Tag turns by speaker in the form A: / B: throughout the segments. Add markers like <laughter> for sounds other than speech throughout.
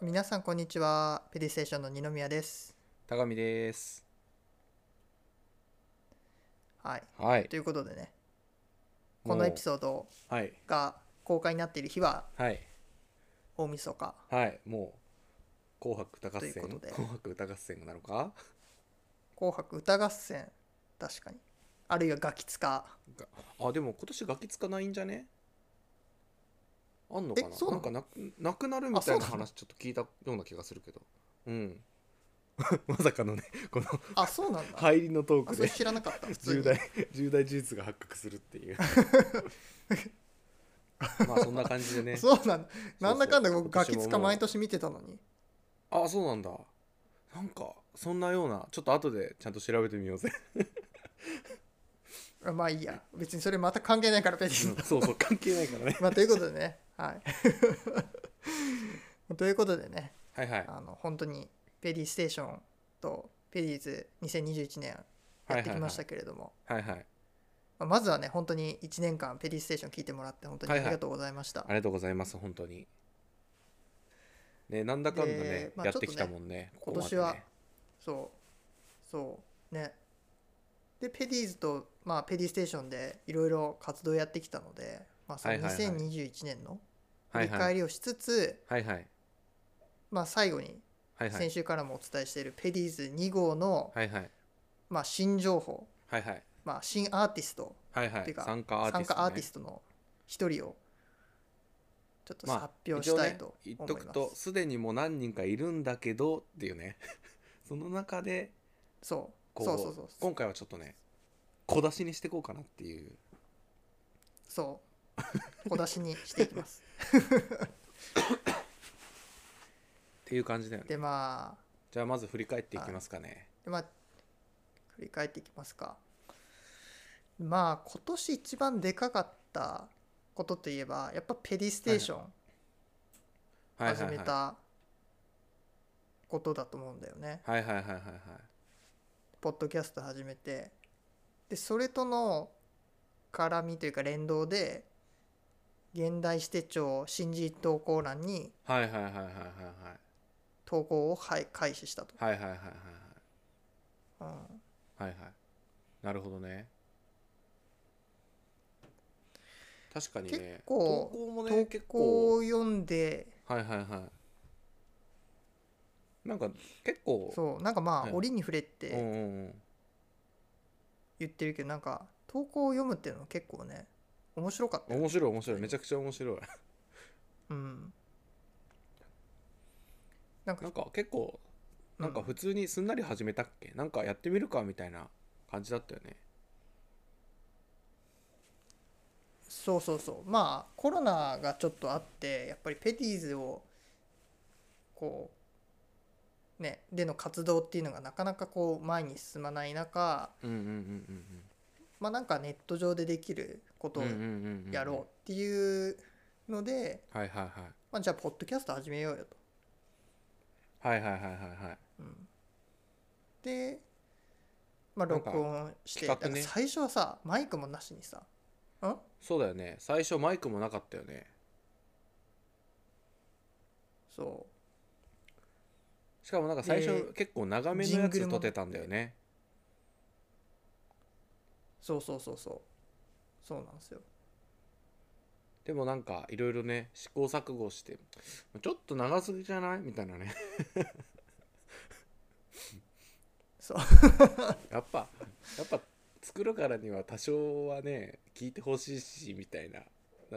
A: 皆さんこんにちはペリステーションの二宮です
B: 高見です
A: はい
B: はい
A: ということでねこのエピソード
B: ードはい
A: が公開になっている日は
B: はい
A: 大晦日
B: はいもう「紅白歌合
A: とい
B: 戦」
A: うことで
B: 紅白歌合戦」なのか
A: 紅白歌合戦確かにあるいはガキツカ
B: があでも今年ガキつかないんじゃねあんのかな
A: えそうな
B: な
A: の
B: んかなくなくなるみたい
A: あそ
B: な
A: うなの
B: 話ちょっと聞いたような気がするけどうん <laughs> まさかのねこの
A: あそうなんだ、
B: 入りのト
A: あ
B: ーク
A: それ
B: で
A: 知らなかった普通
B: 重
A: に
B: 大重大事実が発覚するっ
A: <laughs>
B: ていうまあそんな感じでね
A: そうなんだなんだかんだ
B: そうそう
A: 僕ガキ
B: 今
A: ツ
B: 年
A: カ
B: ももう
A: 毎年見てたのに
B: あそうなんだなんかそんなようなちょっと後でちゃんと調べてみようぜ、
A: あまあいいや別にそれまた関係ないからペリス
B: うんそうそう関係ないからね
A: まあということでねはい <laughs> ということでね
B: はいはい
A: あの本当にペリーステーションとペリーズ2021年
B: は
A: や
B: い
A: ってきましたけれども、
B: はいはい
A: まあまずはね本当に1年間ペリーステーション聞いてもらって本当にありがとうございました、
B: ありがとうございます本当にねなんだかんだね
A: で、まあ
B: やってきた
A: ちょっ
B: もんね
A: 今年はそうそうねでペリーズと、まあ、ペリーステーションでいろいろ活動やってきたので、まあ、その
B: はいはいはい
A: 2021年の振
B: は
A: り
B: いは
A: 返
B: い
A: りをしつつ、
B: はいはい
A: まあ、最後に
B: はいは
A: 先
B: い
A: 週からもお伝えしているペリーズ2号の、
B: はいはい
A: まあ、新情報、
B: はいはい
A: まあ、新アーティスト
B: はいは
A: て
B: い
A: か
B: 参加アーティ
A: 参
B: スト、ね、
A: 加アーティストの一人をちょっと
B: まあ
A: 発表したいと
B: 一
A: 思
B: 応ね、言っ
A: い
B: と
A: ます,、
B: くとすでにもう何人かいるんだけどっていうね <laughs> その中で
A: そう
B: こ
A: そうそうそうそう
B: 今回はちょっとね小出しにしていこうかなっていう
A: そう小出しにしていき
B: <laughs>
A: ます
B: っていう感じだよね
A: でまあ
B: じゃあまず振り返っていきますかね、
A: でまあ振り返っていきますかまあ今年一番でかかったことといえばやっぱペリステーション
B: はい、
A: 始めたことだと思うんだよね、
B: はいはいはいはいはい
A: ポッドキャスト始めてでそれとの絡みというか連動で現代史手帳新人投稿欄に
B: はいはいはいはいはい
A: 投稿をはい開始したと、
B: はいはいはいはいはいはい
A: うん、
B: はいはいなるほどね確かにね
A: 結構
B: 投稿もね
A: 投
B: 結
A: 稿
B: 構
A: を読んで
B: はいはいはいなんか結構
A: そうなんかまあ
B: はい
A: 折に触れっ
B: うん
A: て
B: うんうん
A: 言ってるけどなんか投稿を読むっていうのは結構ね面白かったよ、
B: 面白い面白いめちゃくちゃ面白い
A: うん、なん
B: なん
A: か
B: か結構なんか
A: うん
B: 普通にすんなり始めたっけ、なんかやってみるかみたいな感じだったよね
A: そうそうそうまあコロナがちょっとあってやっぱりペティーズをこうねでの活動っていうのがなかなかこう前に進まない中
B: うんうんうん
A: まあなんかネット上でできること
B: うん
A: を
B: うんうんうんうんうん
A: やろうっていうので、
B: はいはいはい
A: まあ、じゃあポッドキャスト始めようよと。
B: はいはいはいはいはい
A: うん、で、まあ、
B: なんか
A: 録音して
B: 企画ね
A: だから最初はさマイクもなしにさん
B: そうだよね最初マイクもなかったよね
A: そ
B: しかもなんか最
A: で
B: 初結構長めのやつ撮ってたんだよね
A: うそうそうそうそうそうなんですよ。
B: でもなんかいろいろね試行錯誤してちょっと長すぎじゃないみたいなね
A: そう
B: <laughs> やっぱやっぱ作るからには多少はね聞いてほしいしみたいな、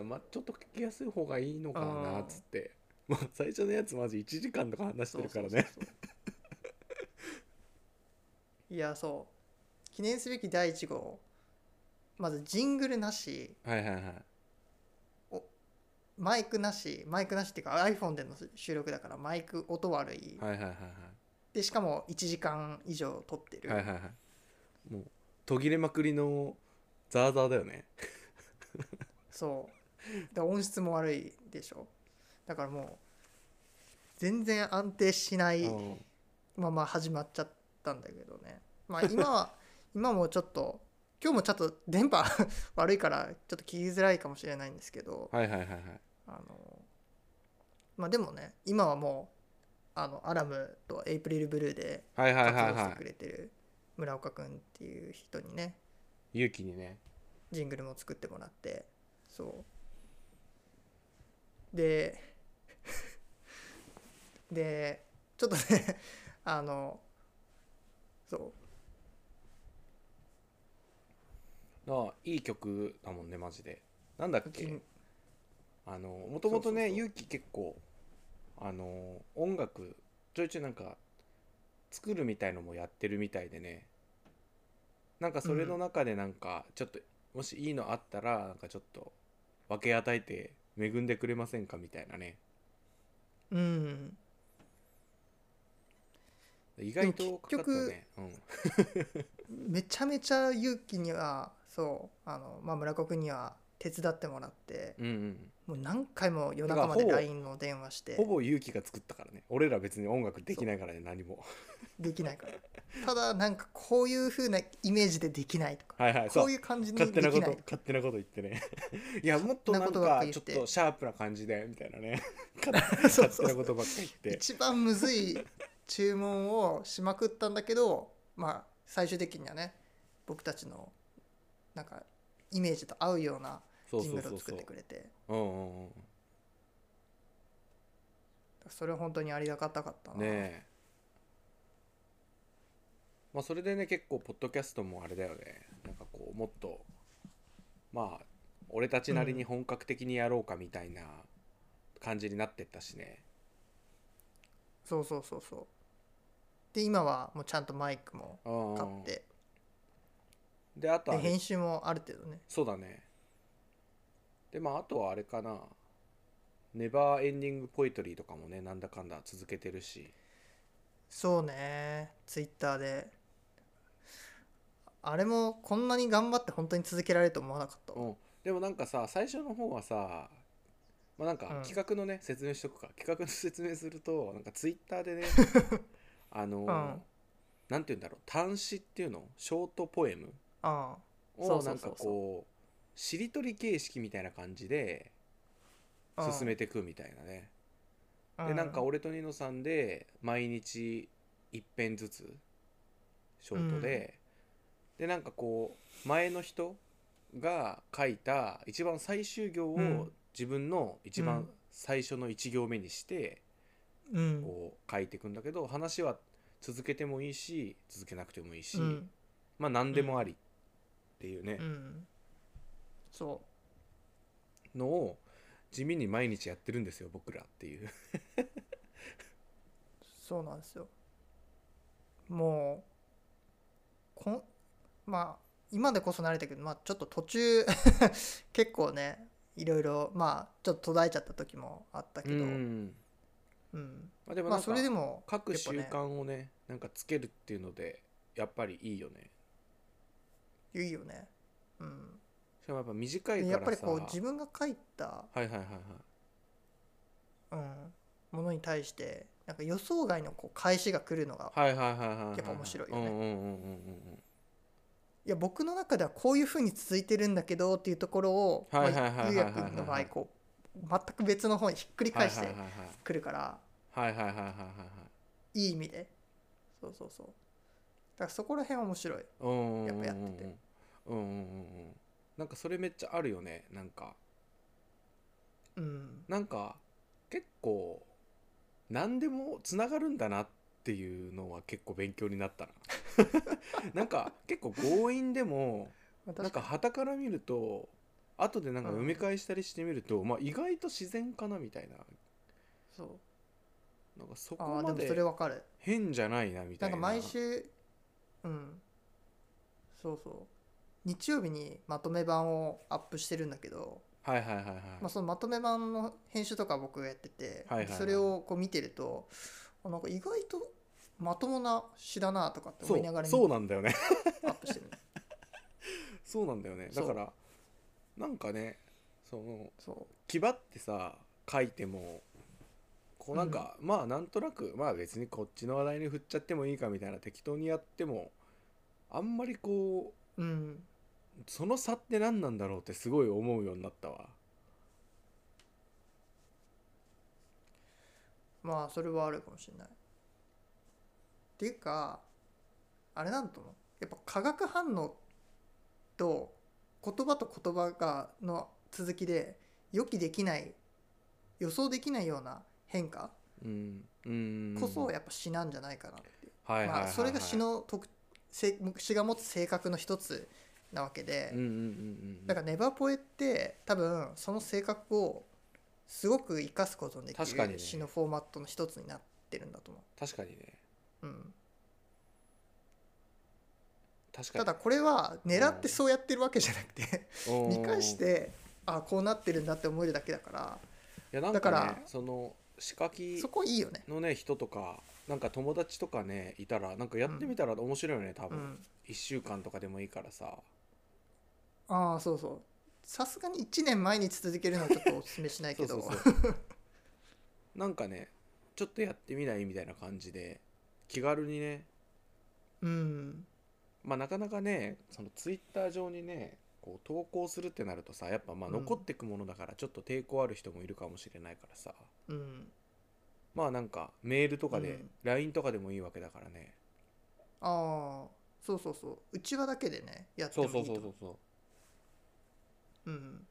B: まあ、ちょっと聞きやすい方がいいのかなっつってまあ最初のやつマジ1時間とか話してるからね
A: そうそうそう <laughs> そういやそう記念すべき第1号まずジングルなし
B: はいはいはい
A: マイクなしマイクなしっていうか iPhone での収録だからマイク音悪い、
B: はいはいはいは
A: でしかも1時間以上撮って
B: い
A: る、
B: はいはいはいもう途切れまくりのザーザーだよね
A: そうで音質も悪いでしょだからもう全然安定しない
B: うん
A: まま始まっちゃったんだけどねまあ今 <laughs> は今もちょっと今日もちょっと電波 <laughs> 悪いからちょっと聞きづらいかもしれないんですけど
B: はいはいはいはい
A: あのまあでもね今はもうあのアラムとエイプリルブルーで
B: はいはい
A: 活
B: はい
A: 動し
B: は
A: てく
B: い
A: れてる村岡くんっていう人にね
B: 勇気にね
A: ジングルも作ってもらってそうででちょっとねあのそう
B: ああいい曲だもんねマジでなんだっ
A: ジ
B: け
A: ン
B: あのもと
A: そ
B: もと
A: うそう
B: ね
A: そう
B: 勇気結構あの音楽ちょいちょいなんか作るみたいのもやってるみたいでねなんかそれの中でなんかちょっと、もしいいのあったらなんかちょっと分け与えて恵んでくれませんかみたいなね
A: うん
B: 意外とかかったね、うん、
A: めちゃめちゃ勇気にはそうあの、まあ、村子くんには手伝ってもらって
B: うんうん
A: もう何回も夜中まで
B: だからほぼ
A: LINE の電話して
B: ほぼ勇気が作ったからね俺ら別に音楽できないからね何も
A: できないからただなんかこういう風なイメージでできないとか
B: はいはい
A: こ
B: そう
A: ういう感じにで
B: 勝
A: きな
B: 手ないことと勝手なこと言ってね <laughs> いやもっとなん
A: 勝手なことばっ
B: か
A: かり
B: ちょ
A: 言
B: っ
A: って
B: とシャープな感じでみたいなね勝
A: <laughs> そう
B: 勝
A: そ
B: 手
A: う
B: なことばっかり言って
A: 一番むずい注文をしまくったんだけどまあ最終的にはね僕たちのなんかイメージと合うような
B: そう
A: ジングル
B: そうそ
A: を
B: う
A: 作
B: そ
A: っ
B: う
A: てくれて
B: うんうんうん
A: それは本当にありがたかったな、
B: ねえまあそれでね結構ポッドキャストもあれだよねなんかこうもっとまあ俺たちなりに本格的にやろうかみたいな感じになってったしね、
A: そうそうそうそうで今はもうちゃんとマイクも
B: うんうん
A: 買って
B: であと
A: で
B: は
A: 編集もある程度ね
B: そうだねでまああとはあれかなネバーエンディングポエトリーとかもねなんだかんだ続けてるし
A: そうねツイッターであれもこんなに頑張って本当に続けられると思わなかったわ
B: うん、でもなんかさ最初の方はさまあなん
A: う
B: か
A: ん
B: 企画のね、説明しとくか企画の説明するとなんかツイッター
A: <laughs>
B: でねあの、
A: うん
B: なんて言うんだろう短詩っていうのショートポエム
A: ああそ
B: を
A: うそ
B: な
A: うんそ
B: か
A: うそう
B: こうしりとり形式みたいな感じで
A: うん
B: 進めていくみたいなね、
A: う
B: でなんか俺とニノさんで毎日一編ずつショートで、でなんかこう前の人が書いた一番最終行
A: う
B: を
A: ん
B: 自分の一
A: う
B: 番
A: ん
B: 最初の1行目にして
A: うん
B: こう書いていくんだけど話は続けてもいいし続けなくてもいいし、
A: うん
B: まあ何でもありっていうね
A: う、んそ
B: のを地味に毎日やってるんですよ僕らっていう。
A: うそうなんですよもうこんまあ今でこそ慣れたけど、まあ、ちょっと途中 <laughs> 結構ねいろいろまあちょっと途絶えちゃった時もあったけ
B: <laughs>
A: ど、
B: うん
A: うん
B: まあでも
A: ま
B: な
A: あ
B: ん
A: そ
B: か
A: れでも
B: 各
A: やっ
B: 習
A: ぱね
B: 慣をねなんかつけるっていうのでやっぱりいいよね
A: いいよね、うん、
B: しかもやっぱ短いから
A: で
B: さ
A: やっぱりこう自分が書いた、
B: はいはいはいはい
A: うん、ものに対してなんか予想外のこう返しが来るのが、い、
B: はいはいはいはいはいはい
A: やっぱ面白いよね
B: うんうんうんうんうん
A: や僕の中ではこういうふうに続いてるんだけどっていうところをまあ
B: はいはいはいはい
A: ゆう
B: はい
A: や
B: はい
A: くんの場合こう全く別の方にひっくり
B: はい
A: 返
B: は
A: し
B: い
A: て
B: はい
A: くるから
B: はいはいはいはいはいはい
A: いい意味でそうそうそうだからそこら辺は面白い
B: うんうんうんうん
A: やっぱやってて
B: うんうんうんうんなんかそれめっちゃあるよねなんか
A: うん
B: なんか結構何でもつながるんだなっていうのは結構勉強になったな
A: <laughs>
B: なんか結構強引でも
A: まあ
B: な
A: 確
B: ん
A: か
B: か旗から見ると後でなんか埋め返したりしてみると、まあ意外と自然かなみたいな
A: にそう
B: なんかそ
A: あ
B: こ
A: あで
B: ま
A: もそれ
B: で
A: わかる
B: 変じゃないなみた
A: ないん
B: な
A: か毎週うんそうそう日曜日にまとめ版をアップしてるんだけど、
B: はいはいはいはい、
A: まあ、そのまとめ版の編集とか僕がやってて、
B: はいはいはい
A: それをこう見てるとあなんか意外とまともな詩だなとかって
B: そ
A: 思いなが
B: う
A: ら
B: そう
A: 見
B: なんだよね <laughs>
A: アップしてる
B: そうなんだよねだ
A: そう
B: からなんかねその
A: そ
B: 牙ってさ書いてもこうなんか、まあなんとなくまあ別にこっちの話題に振っちゃってもいいかみたいな適当にやってもあんまりこう
A: ううん
B: その差って何なんだろうってすごい思うようになったわ
A: まあそれはあるかもしれない。っていうかあれなんともやっぱ化学反応と言葉と言葉がの続きで予期できない予想できないような変化
B: うんうん
A: こそやっぱ詩なんじゃないかなっていう、
B: はいはいはいはい
A: まあ、それが詩の特性詩が持つ性格の一つなわけで、
B: うんうんうんうん
A: だからネバーポエって多分その性格をすごく生かすことのでき
B: 確かにね
A: る詩のフォーマットの一つになってるんだと思
B: 確かにね
A: う。うん、
B: 確か
A: た
B: に
A: だこれは狙ってそうやってるわけじゃなくて
B: おー
A: 見返してあこうなってるんだって思えるだけだから
B: いやなん
A: だか
B: かね
A: ら
B: その仕掛け
A: そこいいよね。
B: のね人とかなんか友達とかねいたらなんかやってみたら面白いよね多
A: う
B: 分
A: ん、
B: 1週間とかでもいいからさ
A: ああそうそうさすがに1年毎日続けるのはちょっとおすすめしないけど
B: <laughs> そうそうそう
A: <laughs>
B: なんかねちょっとやってみないみたいな感じで気軽にね
A: うん
B: まあなかなかねそのツイッター上にねこう投稿するってなるとさやっぱまあ
A: うん
B: 残ってくものだからちょっと抵抗ある人もいるかもしれないからさ、
A: うん
B: まあなんかメールとか
A: う
B: で
A: ん
B: LINE とかでもいいわけだからね、
A: ああそうそうそううちわだけでねやってもいいと思う
B: うそうっ
A: うん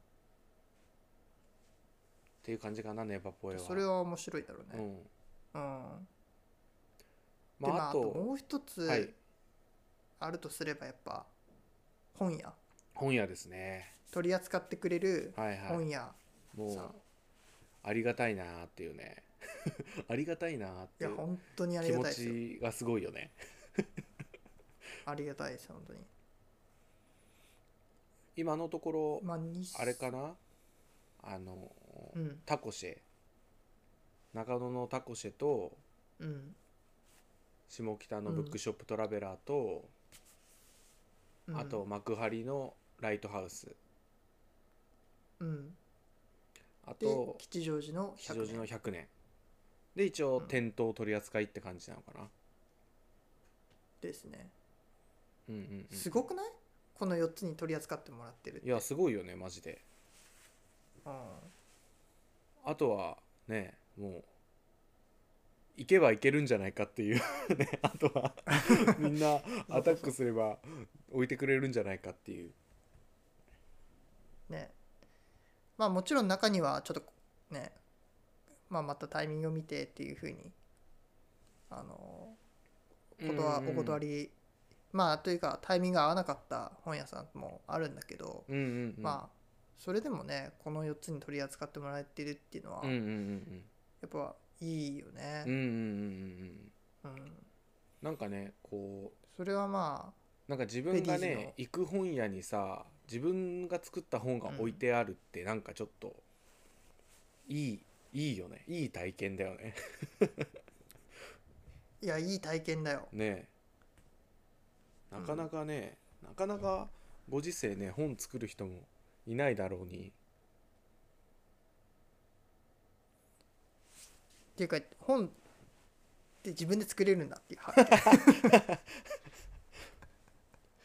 B: ていう感じかなネバポエは
A: それは面白いだろう
B: う
A: ね
B: ん
A: うんで
B: ま
A: ま
B: あ
A: あ
B: あ
A: あと
B: と
A: もう一
B: はい
A: つあるとすればやっぱ本屋
B: 本屋ですね
A: 取り扱ってくれる
B: はいは
A: 本
B: い
A: 屋
B: も
A: さん
B: うありがたいなーっていうね <laughs> ありがたいなーっ
A: い
B: てい
A: や
B: う
A: 本当にあり
B: 気
A: が
B: 持
A: たいですよ
B: ちがすごいよね
A: ありがたいです本当に
B: 今のところ
A: まあに
B: あれかなあの
A: うん
B: タコシェ中野のタコシェと
A: うん
B: 下北のブックショップトラベラーと、
A: うん
B: あと幕張のライトハウス
A: うん
B: あ
A: で
B: と
A: 吉祥寺の
B: 吉
A: 100
B: 祥
A: 年
B: 寺の100年で一応
A: うん
B: 店頭取り扱いって感じなのかな、
A: ですね
B: うん、うんうん
A: すごくないこの4つに取り扱ってもらってるって
B: いやすごいよねマジで
A: うん
B: あとはねもう行けば行けるんじゃないかっていう <laughs> ねあと
A: <laughs>
B: はみんなアタックすれば置いてくれるんじゃないかっていう
A: ねまあもちろん中にはちょっとね、まあ、またタイミングを見てっていうふうにあのことはお断
B: り
A: り、まあというかタイミングが合わなかった本屋さんもあるんだけど、
B: うんうんうん
A: まあそれでもねこの4つに取り扱ってもらえてるっていうのは、
B: うんう
A: や
B: んうん
A: っぱいいよね、
B: うんうんうんうんうん
A: うん
B: なんかねこう
A: それはま
B: なんか自分が
A: ペディーズ
B: ね
A: の
B: 行く本屋にさ自分が作った本が置いてあるってなんかちょっといい、いいよねいい体験だよね
A: あ
B: <laughs>
A: いやいい体験だよ
B: ねえなかなかね、なかなかご時世ね本作る人もいないだろうに
A: っていうか本って自分で作れるんだっていう発見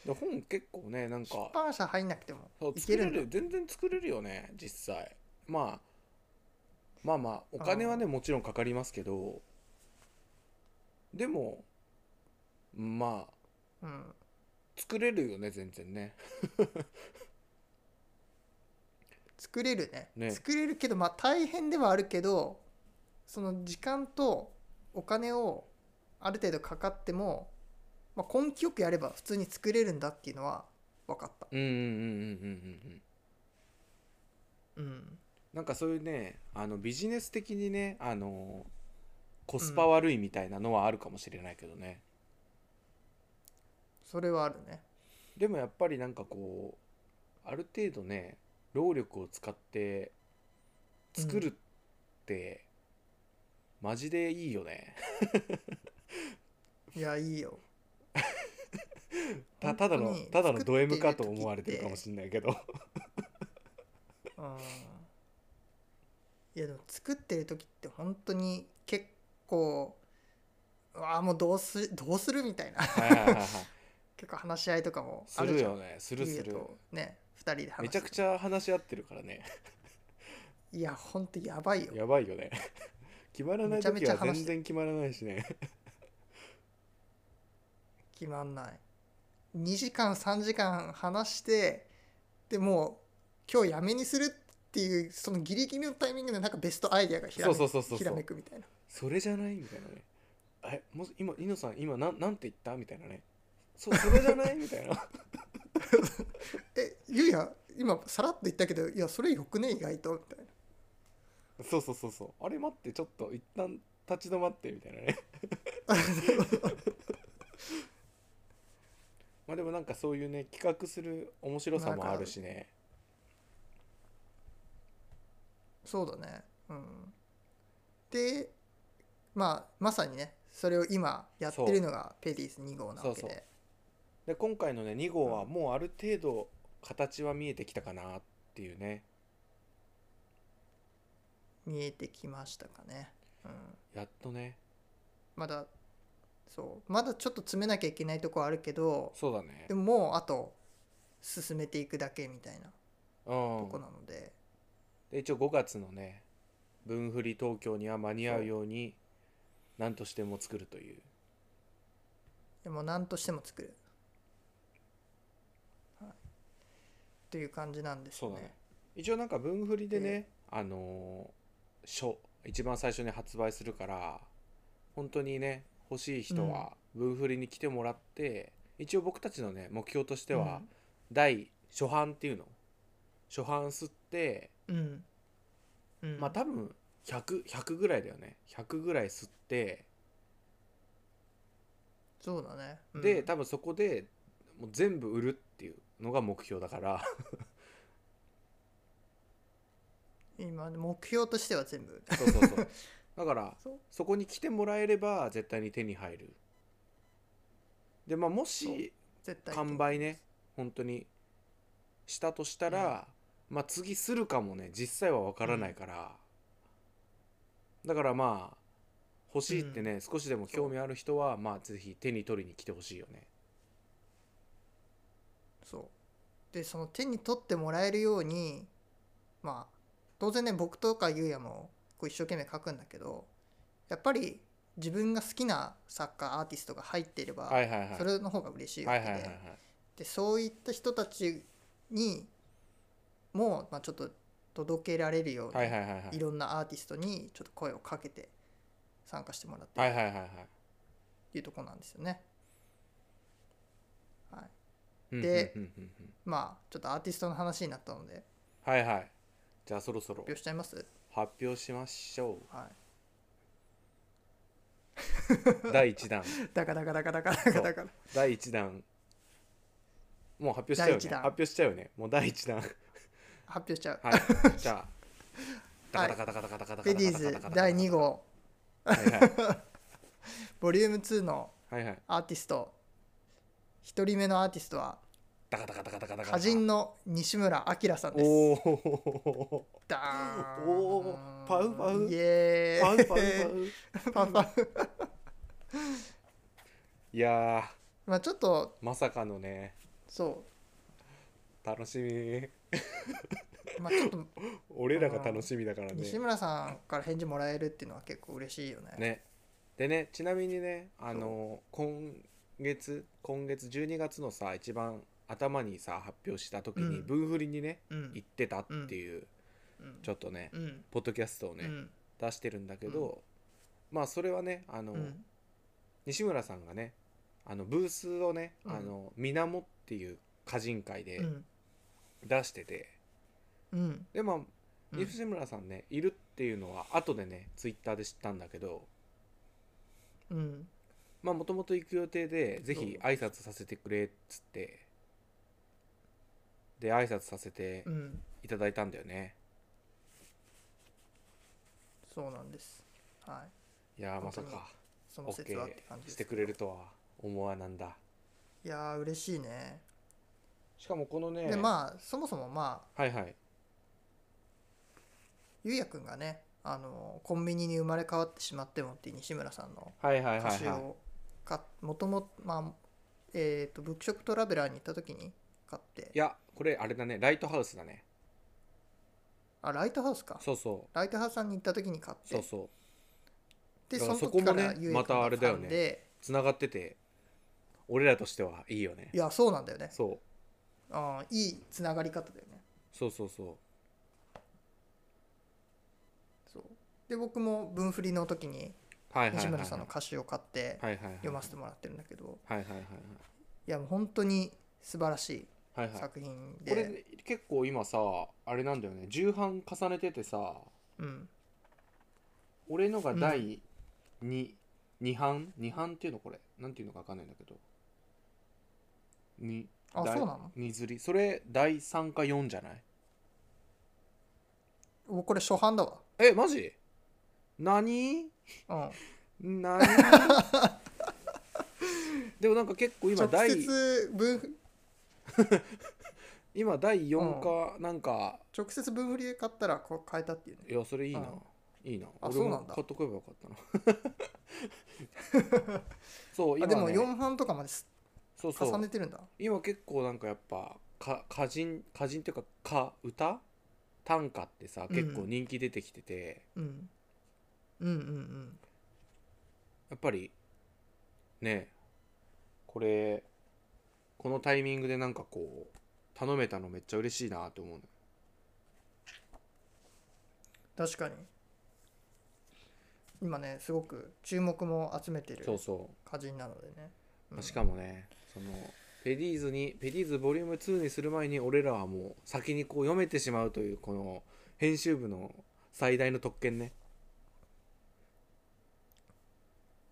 B: で本結構ねなん
A: 出
B: か
A: 版社入んなくても
B: そう
A: い
B: 作
A: け
B: れ
A: る
B: る
A: んだ
B: 全然作れるよね実際まあまあまあお金はねもちろんかかりますけどでもまあ
A: うん
B: 作れるよね全然ね
A: 作れるね
B: ね
A: 作れるけどまあ大変ではあるけどその時間とお金をある程度かかっても、まあ、根気よくやれば普通に作れるんだっていうのは分かった
B: うんうんうんうんうんうんうん
A: うん
B: なんかそういうねあのビジネス的にねあのコスパ悪いみたいなのはあるかもしれないけどね、
A: それはあるね
B: でもやっぱりなんかこうある程度ね労力を使って作るって、マジでいいよね
A: いやいいよ
B: たただ
A: 本
B: の
A: 当に
B: ただのド M かと
A: 作ってる時って
B: 思われてるかもしれない
A: <laughs>
B: けど
A: うんいやでも作ってる時って本当に結構うわあもうどうすどうするみたいな <laughs>
B: はいはいはい、はい、
A: 結構話し合いとかも
B: す
A: ある
B: る
A: じゃん
B: よねするす
A: 家
B: る
A: とね2人で話
B: めちゃくちゃ話し合ってるからね
A: いやほんとやばいよ
B: やばいよね <laughs> 決まらない
A: め
B: 時
A: ちゃ
B: は
A: めちゃ話
B: 全
A: して
B: 然決まらないしね
A: 決まんない2時間3時間話してでもう今日やめにするっていうそのギリギリのタイミングでなんかベストアイデアがひらめく
B: そうそうそうそうそう
A: ひらめくみたいな
B: それじゃないみたいなねえもし今イノさん今なんなんて言ったみたいなねそそれじゃないみたいな
A: えゆうや今さらっと言ったけどいやそれよくね意外とみたいな
B: そうそうそうそうあれ待ってちょっと一旦立ち止まってみたいな <laughs> ねまあでもなんかそういうね企画する面白さもあるしね
A: そうだねうんでまあまさにねそれを今やってるのがペディス2号なわけで
B: そうそうで今回のね2号はもうある程度形は見えてきたかなっていうね
A: 見えてきましたかね、うん、
B: やっとね
A: まだそうまだちょっと詰めなきゃいけないとこはあるけど
B: そうだね
A: でももうあと進めていくだけみたいなと
B: う
A: こ
B: ん
A: なので、
B: で一応5月のね分振り東京には間に合うように何としても作るという
A: でも何としても作る、はい、という感じなんです
B: そ
A: ね
B: うだね一応なんか分振りでね、あのー書一番最初に発売するから本当にね欲しい人は分振りに来てもらって、一応僕たちのね目標としては、第初版っていうの初版吸って、
A: うん、うん、
B: まあ多分100 100ぐらいだよね100ぐらい吸って
A: そうだね、うん
B: で多分そこでもう全部売るっていうのが目標だから
A: 今目標としては全部
B: そうそうそうだから
A: <laughs> そう
B: そこに来てもらえれば絶対に手に入るでまあもし
A: 絶対
B: 完売ね本当にしたとしたら、まあ次するかもね実際は分からないから、だからまあ欲しいってね、少しでも興味ある人はまあぜひ手に取りに来てほしいよね
A: そうでその手に取ってもらえるようにまあ当然ね僕とかゆうやもこう一生懸命書くんだけどやっぱり自分が好きな作家アーティストが入っていれば、
B: はいはいはい
A: それの方が嬉しいわ
B: は
A: け
B: い
A: で,、
B: はいはいはい
A: でそういった人たちにも、まあ、ちょっと届けられるように、
B: はいはいはいはい
A: ろんなアーティストにちょっと声をかけて参加してもらって
B: いはいはいはい
A: っていうところなんですよね。はい、
B: うん
A: で
B: うんうんうんうん
A: まあちょっとアーティストの話になったので
B: はいはいじゃあそろそろ
A: 発表しちゃいます
B: 発表しましょ
A: は
B: う第1弾
A: い。だからだからだからだからだから。
B: 第1弾もう発表しちゃうよ
A: 第一
B: ね
A: 弾
B: 発表しちゃうよねもう第1弾
A: <laughs> 発表しちゃう。
B: はいじゃあダカダカダカダカダカダカダカダカダカ
A: ペディーズ第2号
B: はいはい
A: ボリューム2の
B: はいはい
A: アーティスト1人目のアーティストは
B: ダカダカダカダカダカ
A: 歌人の西村明さんです。
B: おー
A: ダーン
B: おーパウパウ
A: イエ
B: パ
A: ー
B: ウ
A: イ
B: パウパウ
A: パウパウ
B: いやー
A: まあちょっと
B: まさかのね
A: そ
B: 楽しみ
A: うまあちょっと
B: 俺らが楽しみだからね
A: 西村さんから返事もらえるっていうのは結構嬉しいよね
B: ねでねちなみにねあの今月今月12月のさ一番頭にさ発表した時に
A: うん
B: 分振りにね、
A: うん
B: 行ってたっていう、
A: うん
B: ちょっとね、
A: うん
B: ポッドキャストをね、
A: うん
B: 出してるんだけど、まあそれはねあの、
A: うん
B: 西村さんがねあのブースをね「
A: うん
B: あのみなも」っていう歌人会で
A: うん
B: 出してて、
A: うん
B: でまあ
A: うん
B: 西村さんね、いるっていうのは後でねツイッターで知ったんだけど、
A: うん
B: まあもともと行く予定でぜひ挨拶させてくれっつってで挨拶させて
A: うん
B: いただいたんだよね、
A: そうなんですはい
B: いやーま
A: 本
B: さ
A: 当に
B: か
A: その説はって感じ
B: OK
A: で
B: し
A: す
B: てくれるとは思わなんだ
A: いやー嬉しいね
B: しかもこのね
A: でまあそもそもまあ
B: はいはい
A: ゆうやくんがねあのコンビニに生まれ変わってしまってもっていう西村さんの
B: はいはい
A: 歌
B: はい
A: 集
B: は
A: をかもともまあえっ、と「ブックショップトラベラー」に行った時に買って
B: いいやこれあれだねライトハウスだね
A: あライトハウスか
B: そうそ
A: ライトハウスさんに行った時に買っ
B: うそう
A: て
B: そう
A: でそ
B: だから
A: の時
B: そこ
A: か
B: もね
A: らゆえ
B: またあれだよ
A: 君がファ
B: ね
A: ンで
B: つながってて俺らとしてはいいよね
A: いやそうなんだよね
B: そう
A: あーいいつながり方だよね
B: そうそうそ
A: そうで僕も分振りの時に
B: うはいはいは
A: 西
B: いはい
A: 村さんの歌詞を買って
B: はいはいはい
A: 読ませてもらってるんだけど
B: はいはいはい
A: いやもう本当に素晴らし
B: はいはい
A: い
B: はい
A: 作品
B: これ
A: で、
B: ね結構今さあれなんだよね重版重ねててさ
A: うん、
B: 俺のが第2、二版2版っていうのこれなんていうのか分かんないんだけどに
A: あ
B: 第
A: そうなの
B: 二ずりそれ第3か4じゃない
A: 僕これ初版だわ
B: えマジ何
A: うん <laughs>
B: 何でもなんか結構今
A: 直
B: 第
A: 接分振
B: 今第4かなんか、
A: 直接分振りで買ったらこう変えたっていうね
B: いやそれいいな、いいな
A: あ
B: 俺
A: そうな
B: も
A: んだ
B: 買っとけばよかったな
A: <laughs>
B: そう
A: あ
B: 今、ね、
A: でも4版とかまで重
B: そうそう
A: ねてるんだ
B: 今結構なんかやっぱか歌人歌人っていうかか歌短歌ってさ
A: うん
B: 結構人気出てきてて、
A: うんうんうんうん
B: やっぱりねこれこのタイミングでなんかこう頼めたのめっちゃ嬉しいなと思うの
A: 確かに今ねすごく注目も集めてる
B: そうそ
A: 歌人なのでね、
B: う、
A: うん
B: しかもねそのペディーズにペディーズボリューム2にする前に俺らはもう先にこう読めてしまうというこの編集部の最大の特権ね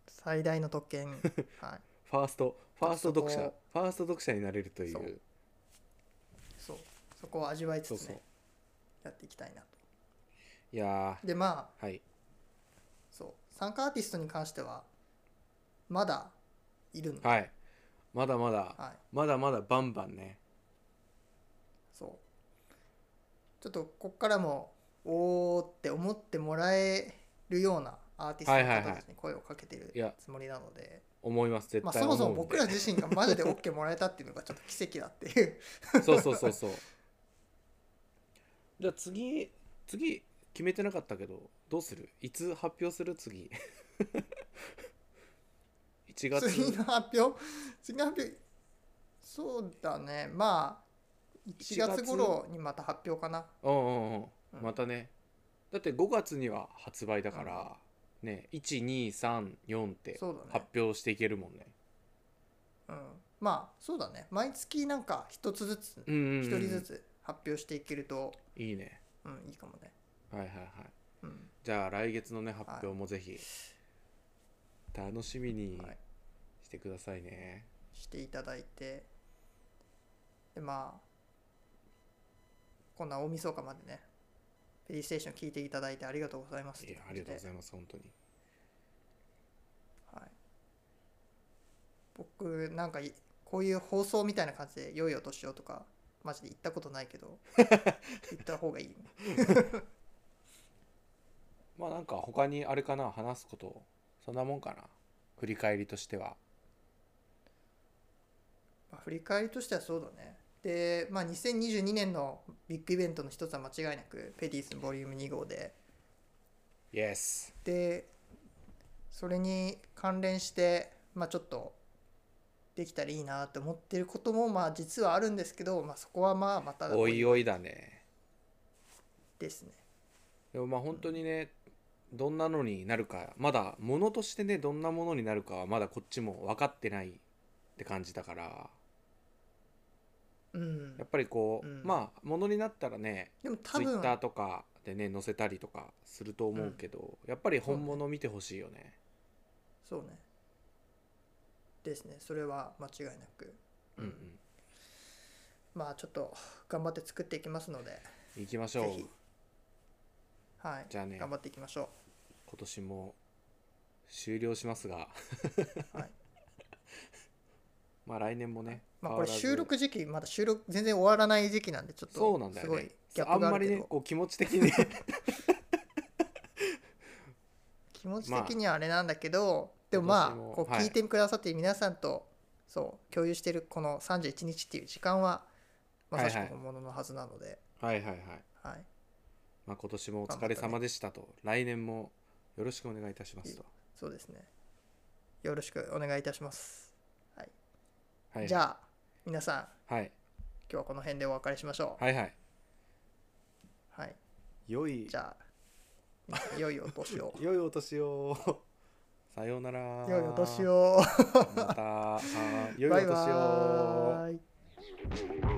A: 最大の特権
B: <laughs>
A: はい
B: ファーストファースト読者
A: そこ
B: ファースト読者になれるという
A: そうそうそこを味わいつつ
B: そう
A: ね
B: そう
A: やっていきたいなと
B: いや
A: でまあ
B: ーはい
A: そう参加アーティストに関してはまだいるので、
B: はいまだまだ
A: はい
B: まだまだバンバンね
A: そうちょっとこっからもおーって思ってもらえるようなアーティストの方たちに声をかけてる
B: いや
A: つもりなので、
B: 思います絶
A: まあ、
B: 対
A: そ
B: 思う
A: も
B: んで、
A: そも僕ら自身がマジで OK もらえたっていうのがちょっと奇跡だって
B: <laughs>
A: いう
B: そうそうそうそうじゃあ次次決めてなかったけどどうするいつ発表する次 <laughs> 1月
A: 次の発表次の発表そうだねまあ1月頃にまた発表かな
B: うんうんうん
A: うん
B: またねだって5月には発売だから、ね1234って
A: そうだね
B: 発表していけるもんね
A: うんまあそうだね毎月なんか一つずつ
B: うんうん、うん、
A: 一人ずつ発表していけると、
B: いいね
A: うん、いいかもね、
B: はいはいはい
A: うん、
B: じゃあ来月のね発表もぜひ楽しみに
A: はい
B: してくださいね、
A: していただいてでまあこんな大晦日までねペリーステーション聞いていただいてありがとうございます
B: いやありがとうござ
A: い
B: います本当に
A: ます、はい、僕なんかいこういう放送みたいな感じで良いお年をとかマジで言ったことないけ
B: <laughs>
A: ど言った方がいい
B: まあなんか他にあれかな話すことそんなもんかな振り返りとしては
A: まあ、振り返りとしてはそうだね。で、まあ、2022年のビッグイベントの一つは間違いなく、ペディースボリューム2号で、
B: イエス
A: で、それに関連して、まあ、ちょっと、できたらいいなと思ってることも、まあ、実はあるんですけど、まあ、そこはまあ、また
B: おいおいだね
A: ですね。
B: でもまあ本当にねどんなのになるかまだものとしてねどんなものになるかはまだこっちも分かってないって感じだから
A: うん
B: やっ。ぱりこう、
A: うん
B: まあものになったらね
A: でも多
B: ツイッ
A: 分、
B: ターとかでね載せたりとかすると思うけど、やっぱり本物見てほしいよね
A: そうね。ですね。それは間違いなく。
B: うん
A: まあ、ちょっと、頑張って作っていきますので、
B: うん行きましょう
A: ぜひ。はい。
B: じゃあね
A: 頑張っていきましょ
B: 今年も終了しますが
A: う。はい。
B: <laughs> まあ来年もね
A: まあ、これ
B: 変わらず
A: 収録時期まだ収録全然終わらない時期なんでちょっと
B: そうなんだ
A: す
B: よ
A: ご
B: ね
A: いギャ
B: あ
A: ップ
B: ん
A: があ
B: ま
A: る
B: り
A: け
B: ね
A: ど
B: こう気持ち的に
A: 気持ち
B: まあ
A: 的にはあれなんだけどでもまあ
B: 私も
A: こう
B: はい
A: 聞いてくださってる皆さんとそう共有してるこの31日っていう時間はまさし
B: はい
A: く
B: はい
A: 本物のはずなので
B: はいはいはい、
A: はい <laughs>
B: まあ、今年もお疲れ様でしたと、来年もよろしくお願いいたしますと
A: そうですねよろしくお願いいたします、はい
B: はい
A: じゃあ皆さん
B: はい
A: 今日はこの辺でお別れしましょう
B: はいはい
A: はい、
B: 良い
A: じゃあ皆さん良いお年
B: <laughs>
A: を
B: 良いお年をさようなら
A: 良いお年を
B: またはーい良いお
A: バイ
B: 年を
A: バーイ